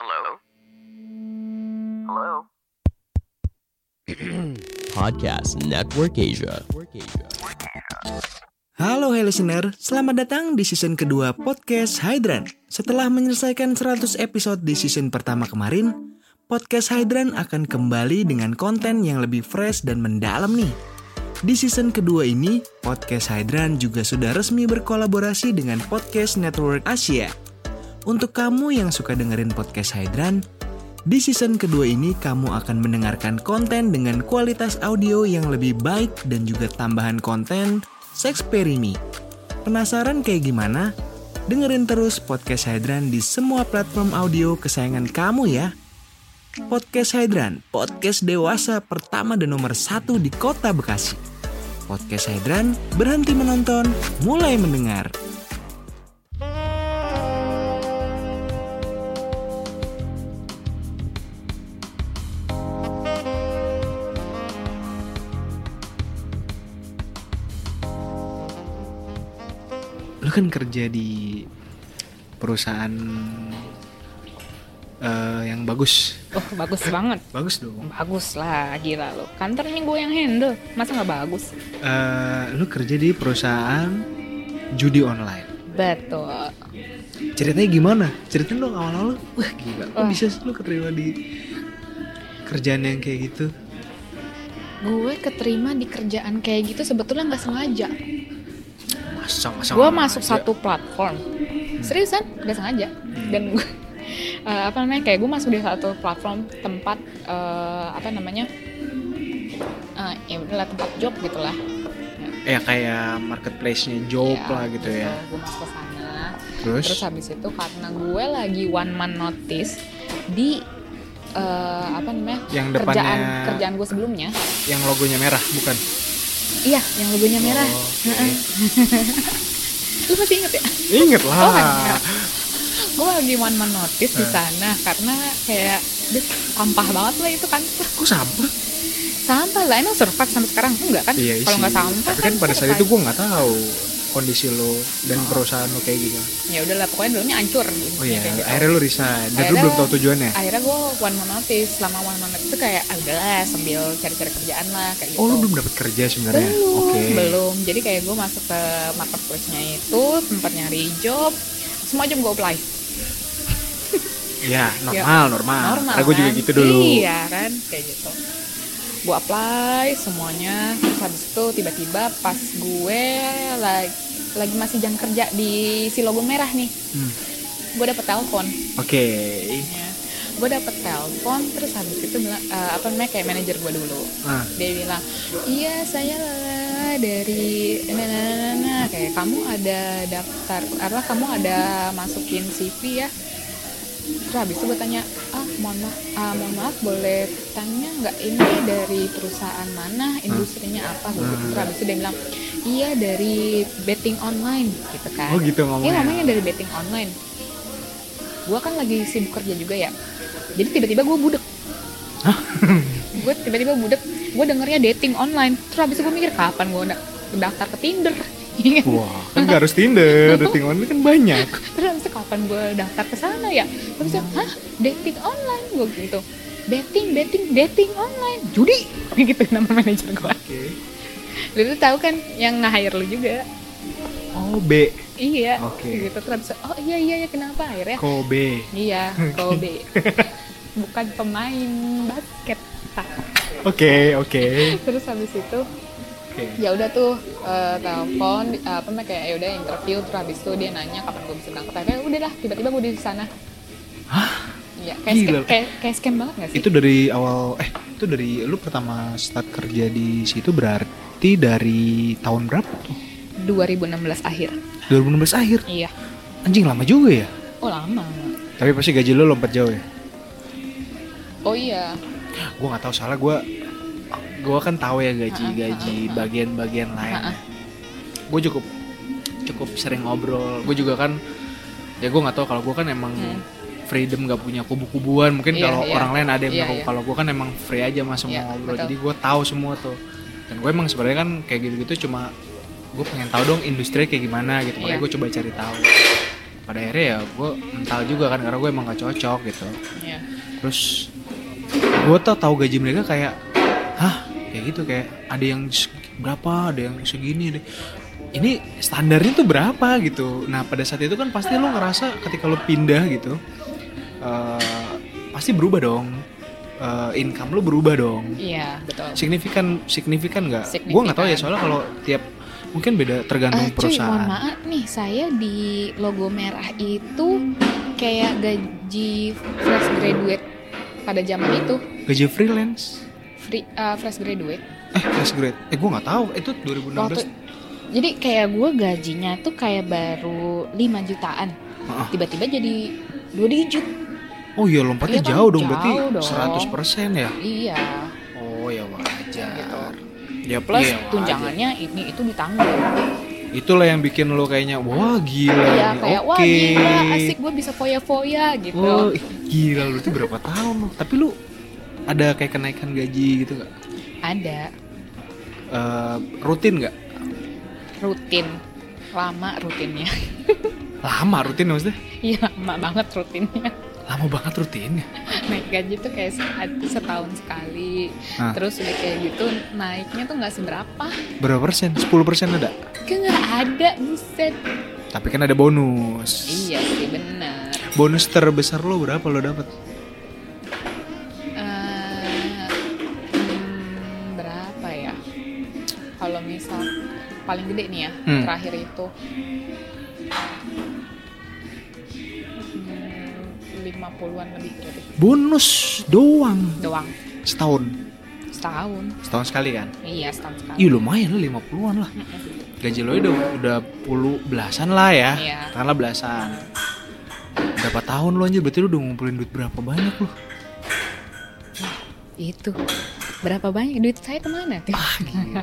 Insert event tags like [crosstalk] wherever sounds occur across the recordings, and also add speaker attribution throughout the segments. Speaker 1: Hello? Hello?
Speaker 2: Podcast Network Asia.
Speaker 3: Halo hey listener, selamat datang di season kedua podcast Hydran. Setelah menyelesaikan 100 episode di season pertama kemarin, podcast Hydran akan kembali dengan konten yang lebih fresh dan mendalam nih. Di season kedua ini, podcast Hydran juga sudah resmi berkolaborasi dengan podcast Network Asia. Untuk kamu yang suka dengerin podcast Hydran, di season kedua ini kamu akan mendengarkan konten dengan kualitas audio yang lebih baik dan juga tambahan konten Sexperimi. Penasaran kayak gimana? Dengerin terus podcast Hydran di semua platform audio kesayangan kamu ya. Podcast Hydran, podcast dewasa pertama dan nomor satu di kota Bekasi. Podcast Hydran, berhenti menonton, mulai mendengar.
Speaker 4: lu kan kerja di perusahaan eh, yang bagus
Speaker 5: Oh bagus banget
Speaker 4: bagus dong
Speaker 5: Bagus lah gila lo Kantor ini gue yang handle Masa nggak bagus?
Speaker 4: Eh, lu kerja di perusahaan judi online
Speaker 5: Betul
Speaker 4: ceritanya gimana ceritain dong awal-awal lu. wah gila kok
Speaker 5: Wah.
Speaker 4: bisa sih lu keterima di kerjaan yang kayak gitu
Speaker 5: Gue keterima di kerjaan kayak gitu sebetulnya nggak sengaja
Speaker 4: masa masa
Speaker 5: Gue masuk satu platform Seriusan nggak sengaja Dan gue [laughs] eh, Apa namanya Kayak gue masuk di satu platform Tempat eh, Apa namanya Eh, Ya udahlah tempat job gitu lah
Speaker 4: ya kayak marketplace-nya job
Speaker 5: Iya,
Speaker 4: lah gitu ya
Speaker 5: betul. Gue masuk ke sana
Speaker 4: terus,
Speaker 5: Terus habis itu karena gue lagi one man notice di eh, apa namanya
Speaker 4: Yang
Speaker 5: kerjaan
Speaker 4: depannya-
Speaker 5: kerjaan gue sebelumnya,
Speaker 4: yang logonya merah bukan
Speaker 5: iya yang logonya merah.
Speaker 4: Oh, oke.
Speaker 5: Lu masih inget ya?
Speaker 4: inget
Speaker 5: Oh,
Speaker 4: lah
Speaker 5: enggak. Gue lagi one man notice
Speaker 4: Nah.
Speaker 5: di sana karena kayak dia sampah banget lah itu kan.
Speaker 4: kok sampah
Speaker 5: Sampah lah emang survive sampai sekarang enggak kan?
Speaker 4: Iya sih.
Speaker 5: Kalau nggak sampah
Speaker 4: Tapi kan pada saat
Speaker 5: survive.
Speaker 4: itu gue nggak tahu kondisi lo dan perusahaan lo kayak gimana.
Speaker 5: ya udahlah pokoknya dulunya hancur.
Speaker 4: Oh iya,
Speaker 5: Kayak gitu.
Speaker 4: akhirnya lo resign. Dan lo
Speaker 5: Akhirnya-
Speaker 4: belum tahu tujuannya.
Speaker 5: Akhirnya gue one man notice, selama one man notice itu kayak ah, udahlah sambil cari-cari kerjaan lah kayak gitu.
Speaker 4: Oh lo belum dapat kerja sebenarnya.
Speaker 5: belum
Speaker 4: Oke.
Speaker 5: belum jadi kayak gue masuk ke marketplace-nya itu tempat nyari job semua job gue apply
Speaker 4: Ya normal, normal.
Speaker 5: Iya. normal
Speaker 4: Karena gue juga
Speaker 5: kan?
Speaker 4: gitu dulu.
Speaker 5: iya kan kayak gitu gue apply semuanya terus habis itu tiba-tiba pas gue lagi lagi masih jam kerja di si logo merah nih
Speaker 4: Hmm.
Speaker 5: gue dapet telepon
Speaker 4: Oke.
Speaker 5: gue dapet telepon terus habis itu bilang, eh, apa namanya kayak manajer gue dulu
Speaker 4: Ah,
Speaker 5: dia bilang iya saya lala dari nah, nah, nah, nah, nah." kayak kamu ada daftar apa kamu ada masukin CV ya terus habis itu gue tanya ah mohon maaf ah, mohon maaf boleh
Speaker 4: Hmm.
Speaker 5: tanya nggak ini dari perusahaan mana industrinya apa gitu terus habis itu dia bilang iya dari betting online gitu kan
Speaker 4: Oh gitu
Speaker 5: Iya
Speaker 4: ngomongnya.
Speaker 5: namanya dari betting online. Gue kan lagi sibuk kerja juga ya. Jadi tiba-tiba gue budek. gue tiba-tiba budek. Gue dengernya dating online. Terus habis itu gue mikir kapan gue daftar ke Tinder. Iya Terus
Speaker 4: Wah, kan gak harus Tinder, dating online kan banyak.
Speaker 5: habis itu kapan gue daftar ke sana ya. Terus itu, hah dating online gue gitu. Betting, betting, dating online. Judi [laughs] gitu nama manajer gue. Lu tuh tahu kan yang nge-hire lu juga.
Speaker 4: Oh, B.
Speaker 5: Iya.
Speaker 4: Oke.
Speaker 5: Gitu terus habis itu, oh iya iya iya kenapa akhirnya
Speaker 4: Kobe. [laughs]
Speaker 5: Iya, Kobe. Bukan pemain basket. Pak.
Speaker 4: Oke, oke.
Speaker 5: [laughs] Terus habis itu
Speaker 4: Oke.
Speaker 5: ya udah tuh eh, telepon eh, apa namanya kayak ya udah interview terus habis itu dia nanya kapan gue bisa berangkat. Akhirnya udah lah tiba-tiba gue di sana. Iya, kayak,
Speaker 4: Gila.
Speaker 5: scam, kayak, kayak scam banget gak sih?
Speaker 4: Itu dari awal eh itu dari lu pertama start kerja di situ berarti dari tahun berapa tuh?
Speaker 5: 2016 akhir.
Speaker 4: 2016 akhir.
Speaker 5: Iya.
Speaker 4: Anjing lama juga ya.
Speaker 5: Oh lama.
Speaker 4: Tapi pasti gaji lu lompat jauh ya.
Speaker 5: Oh iya.
Speaker 4: Gua nggak tahu salah gua gua kan tahu ya gaji-gaji bagian-bagian lain. Gue cukup cukup sering ngobrol. Gue juga kan ya gue nggak tahu kalau gue kan emang
Speaker 5: Hmm.
Speaker 4: freedom gak punya kubu-kubuan mungkin
Speaker 5: Iya,
Speaker 4: kalau
Speaker 5: iya.
Speaker 4: orang lain ada yang
Speaker 5: Iya,
Speaker 4: punya kubu.
Speaker 5: iya.
Speaker 4: kalau gue kan emang free aja mas semua
Speaker 5: Iya,
Speaker 4: ngobrol
Speaker 5: betul.
Speaker 4: jadi gue tahu semua tuh dan gue emang sebenarnya kan kayak gitu-gitu cuma gue pengen tahu dong industri kayak gimana gitu makanya
Speaker 5: Iya.
Speaker 4: gue coba cari tahu pada akhirnya ya gue mental juga kan karena gue emang gak cocok gitu
Speaker 5: Iya.
Speaker 4: terus gue tuh tahu gaji mereka kayak hah kayak gitu kayak ada yang se- berapa ada yang segini ada ini standarnya tuh berapa gitu nah pada saat itu kan pasti lo ngerasa ketika lo pindah gitu eh, pasti berubah dong Eh, income lo berubah dong
Speaker 5: Iya, betul.
Speaker 4: signifikan signifikan nggak gue nggak tahu ya
Speaker 5: Signifikan.
Speaker 4: soalnya kalau tiap mungkin beda tergantung
Speaker 5: Eh, cuy, mohon
Speaker 4: perusahaan
Speaker 5: maaf nih, saya di logo merah itu kayak gaji fresh graduate pada zaman itu
Speaker 4: gaji freelance
Speaker 5: free eh, fresh graduate.
Speaker 4: eh fresh grade eh gue nggak tahu itu 2016
Speaker 5: Waktu jadi kayak gue gajinya tuh kayak baru 5 jutaan.
Speaker 4: Heeh.
Speaker 5: Tiba-tiba jadi 2 digit.
Speaker 4: Oh iya lompatnya
Speaker 5: Iya kan,
Speaker 4: jauh dong
Speaker 5: jauh
Speaker 4: berarti
Speaker 5: dong.
Speaker 4: 100% ya.
Speaker 5: Iya.
Speaker 4: Oh ya wajar.
Speaker 5: Gitu.
Speaker 4: Ya
Speaker 5: Plus
Speaker 4: iya, wajar.
Speaker 5: tunjangannya ini itu ditanggung.
Speaker 4: Itulah yang bikin lo kayaknya wah gila
Speaker 5: Iya,
Speaker 4: nih,
Speaker 5: kayak
Speaker 4: Oke.
Speaker 5: wah gila asik gue bisa foya-foya gitu.
Speaker 4: Wah, ih, gila lu tuh berapa tahun lo? Tapi lu ada kayak kenaikan gaji gitu gak?
Speaker 5: Ada
Speaker 4: Eh, rutin gak?
Speaker 5: rutin lama rutinnya. [laughs]
Speaker 4: Lama rutin maksudnya?
Speaker 5: Iya, lama banget rutinnya.
Speaker 4: Lama banget ya? rutinnya.
Speaker 5: naik gaji tuh kayak se- setahun sekali
Speaker 4: Hah.
Speaker 5: terus udah kayak gitu naiknya tuh nggak seberapa
Speaker 4: Berapa persen? 10 persen ada?
Speaker 5: ke nggak ada buset
Speaker 4: Tapi kan ada bonus.
Speaker 5: iya sih benar
Speaker 4: Bonus terbesar lo berapa lo dapet?
Speaker 5: Eh, hmm, berapa ya kalau misal paling gede nih ya
Speaker 4: Hmm.
Speaker 5: terakhir itu Hmm, lima puluhan lebih berarti
Speaker 4: Bonus doang
Speaker 5: doang
Speaker 4: setahun.
Speaker 5: setahun
Speaker 4: Setahun sekali kan?
Speaker 5: iya setahun sekali
Speaker 4: Iya lumayan lah 50-an lah. Gaji lo udah udah puluh belasan lah ya.
Speaker 5: Iya.
Speaker 4: Katakanlah belasan. Berapa tahun lo anjir berarti lo udah ngumpulin duit berapa banyak lo?
Speaker 5: itu berapa banyak duit saya kemana tuh
Speaker 4: Gila.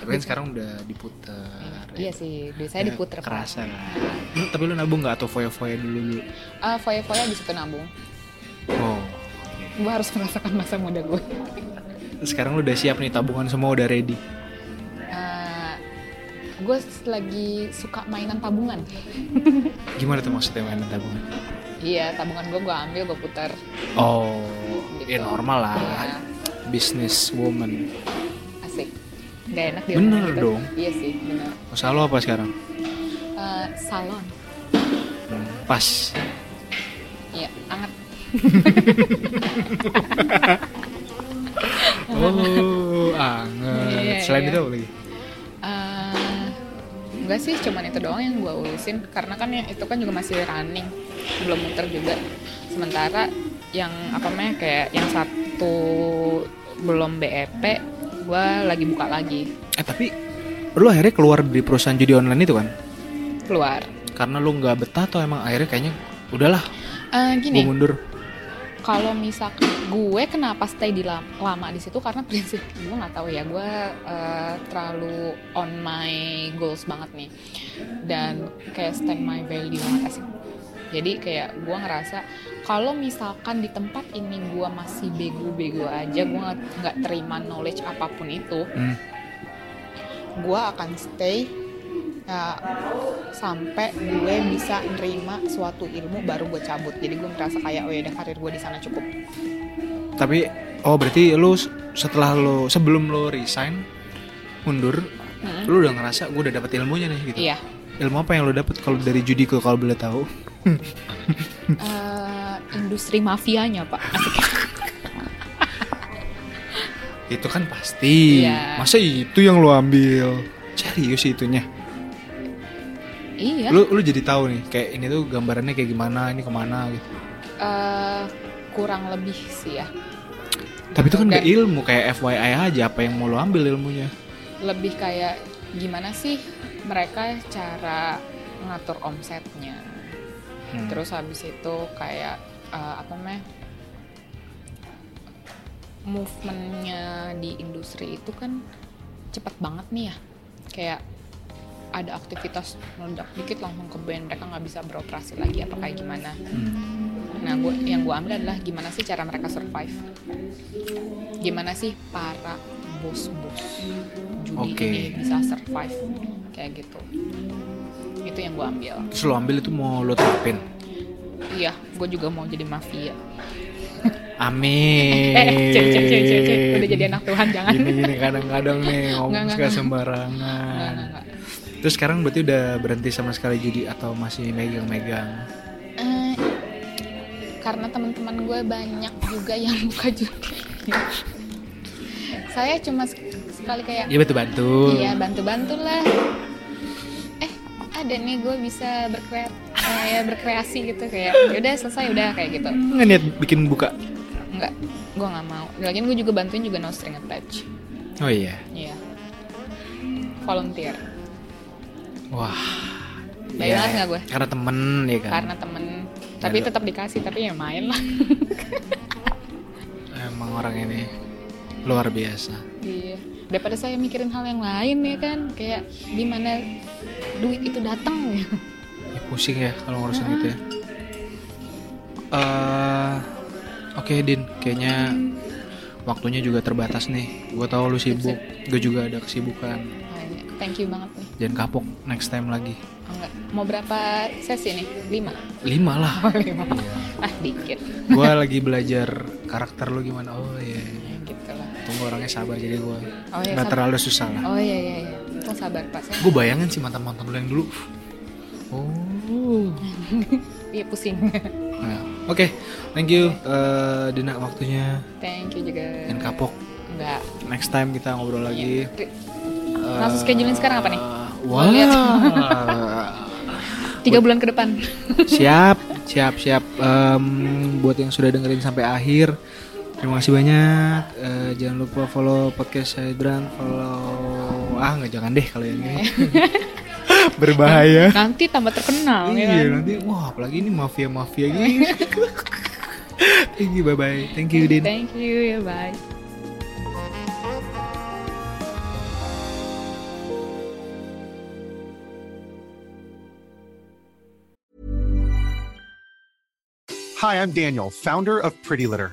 Speaker 4: Tapi kan sekarang udah diputer.
Speaker 5: Iya sih, duit saya diputer. Pak.
Speaker 4: Eh, Kerasa lah. Lu- tapi lo nabung nggak atau foya-foya dulu dulu?
Speaker 5: Ah, foya-foya di situ nabung.
Speaker 4: Oh.
Speaker 5: Gue harus merasakan masa muda gue.
Speaker 4: Sekarang lo udah siap nih tabungan semua udah ready.
Speaker 5: gue Eh, lagi suka mainan tabungan.
Speaker 4: Gimana tuh maksudnya mainan tabungan?
Speaker 5: Iya, tabungan gue gue ambil gue putar.
Speaker 4: Oh, ya
Speaker 5: Gitu.
Speaker 4: normal lah.
Speaker 5: Iya.
Speaker 4: Business woman.
Speaker 5: Asik. Gak enak dia.
Speaker 4: Bener
Speaker 5: ngomong gitu.
Speaker 4: dong.
Speaker 5: Iya sih, bener.
Speaker 4: Usaha lo apa sekarang?
Speaker 5: Eh, salon.
Speaker 4: Hmm, Pas.
Speaker 5: Iya, anget.
Speaker 4: Oh, anget.
Speaker 5: Iya,
Speaker 4: Selain
Speaker 5: iya.
Speaker 4: itu apa lagi?
Speaker 5: Eh, enggak sih, cuman itu doang yang gue urusin. Karena kan yang itu kan juga masih running, belum muter juga. Sementara yang apa namanya kayak yang satu belum BEP, gue lagi buka lagi
Speaker 4: Eh tapi lu akhirnya keluar dari perusahaan judi online itu kan?
Speaker 5: keluar.
Speaker 4: Karena lu nggak betah atau emang akhirnya kayaknya udahlah, gue
Speaker 5: Eh, gini,
Speaker 4: mundur.
Speaker 5: kalau misalkan gue kenapa stay di lama, lama di situ karena prinsip [laughs] gue nggak tahu ya gue eh, terlalu on my goals banget nih dan kayak stand my value banget sih jadi kayak gue ngerasa kalau misalkan di tempat ini gue masih bego-bego aja gue nggak nggak terima knowledge apapun itu
Speaker 4: Hmm.
Speaker 5: gue akan stay uh, sampai gue bisa nerima suatu ilmu baru gue cabut jadi gue merasa kayak oh ya udah karir gue di sana cukup
Speaker 4: Tapi oh berarti lu s- setelah lu sebelum lu resign mundur,
Speaker 5: Mm.
Speaker 4: lu udah ngerasa gue udah dapet ilmunya nih gitu.
Speaker 5: iya
Speaker 4: Ilmu apa yang lu dapet kalau dari Judiko kalau boleh tahu?
Speaker 5: Eh, industri mafianya pak Asik.
Speaker 4: Itu kan pasti.
Speaker 5: Iya.
Speaker 4: Masa itu yang lu ambil? Serius itunya?
Speaker 5: iya
Speaker 4: Lu lu jadi tahu nih kayak ini tuh gambarannya kayak gimana, ini kemana gitu.
Speaker 5: Eh, kurang lebih sih ya
Speaker 4: Tapi itu kan
Speaker 5: Oke.
Speaker 4: gak ilmu kayak FYI aja apa yang mau lu ambil ilmunya.
Speaker 5: lebih kayak gimana sih mereka cara ngatur omsetnya terus habis itu kayak eh, apa namanya movementnya di industri itu kan cepat banget nih ya kayak ada aktivitas meledak dikit langsung ke band mereka nggak bisa beroperasi lagi apa kayak gimana nah gua, yang gue ambil adalah gimana sih cara mereka survive gimana sih para bos-bos judi
Speaker 4: Oke.
Speaker 5: ini bisa survive kayak gitu itu yang gue ambil
Speaker 4: Terus lu ambil itu mau lu
Speaker 5: [laughs]
Speaker 4: terapin.
Speaker 5: Iya, gue juga mau jadi mafia.
Speaker 4: Amin.
Speaker 5: Eh, cek, cek, cek, cek, cek. Udah jadi anak Tuhan, jangan.
Speaker 4: Gini gini kadang-kadang nih
Speaker 5: [laughs] Nggak,
Speaker 4: ngomong
Speaker 5: nggak,
Speaker 4: suka
Speaker 5: nggak.
Speaker 4: sembarangan.
Speaker 5: Nggak, nggak,
Speaker 4: Terus sekarang berarti udah berhenti sama sekali jadi atau masih megang-megang?
Speaker 5: Eh, karena teman-teman gue banyak juga yang buka judi. Saya cuma sek- sekali kayak,
Speaker 4: Ya bantu bantu.
Speaker 5: iya bantu-bantulah. Eh, ada nih gue bisa berkreat, kayak berkreasi gitu kayak, yaudah selesai udah kayak gitu.
Speaker 4: Nggak niat bikin buka.
Speaker 5: Enggak, gue nggak mau. Lagian gue juga bantuin juga no string attached.
Speaker 4: Oh iya.
Speaker 5: Iya, volunteer.
Speaker 4: Wah. Iya,
Speaker 5: Baik banget nggak gue?
Speaker 4: Karena temen ya kan.
Speaker 5: Karena temen, tapi
Speaker 4: Ada-
Speaker 5: tetap dikasih, tapi ya main lah.
Speaker 4: Emang orang ini luar biasa.
Speaker 5: Iya. Daripada saya mikirin hal yang lain ya kan, kayak gimana duit itu datang ya.
Speaker 4: Ya, pusing ya kalau ngurusin gitu ya. Eh, Oke Din, kayaknya waktunya juga terbatas nih. Gue tahu lu sibuk, gue juga ada kesibukan.
Speaker 5: Makanya, Nah, Thank you banget nih.
Speaker 4: Jangan kapok next time lagi.
Speaker 5: Oh, enggak. Mau berapa sesi nih? Lima.
Speaker 4: Lima lah.
Speaker 5: Lima. Ah dikit.
Speaker 4: gue
Speaker 5: [laughs]
Speaker 4: lagi belajar karakter lu gimana. Oh iya.
Speaker 5: Ya, gitu lah.
Speaker 4: Tunggu orangnya sabar jadi gue
Speaker 5: Oh,
Speaker 4: nggak
Speaker 5: iya, sabar.
Speaker 4: terlalu susah lah.
Speaker 5: Oh iya iya iya. Tolong sabar pak. Saya
Speaker 4: Gue bayangin sih mantan mantan lu yang dulu. Oh.
Speaker 5: iya pusing. [laughs]
Speaker 4: Nah, Oke, thank you eh, Dina waktunya
Speaker 5: Thank you juga.
Speaker 4: dan kapok.
Speaker 5: Enggak.
Speaker 4: Next time kita ngobrol lagi.
Speaker 5: Ri- Langsung schedulein sekarang apa nih?
Speaker 4: Wah.
Speaker 5: Mau lihat. Tiga bulan ke depan. [laughs]
Speaker 4: siap, siap, siap. Em, buat yang sudah dengerin sampai akhir, terima kasih banyak. Eh, jangan lupa follow podcast Hydran, follow ah nggak jangan deh kalau yang
Speaker 5: [laughs]
Speaker 4: ini berbahaya.
Speaker 5: Nanti tambah terkenal ya kan?
Speaker 4: Iya nanti wah apalagi ini mafia mafia gini. [laughs] thank you, bye bye. Thank you, Din.
Speaker 5: Thank you ya bye.
Speaker 6: Hi, I'm Daniel, founder of Pretty Litter.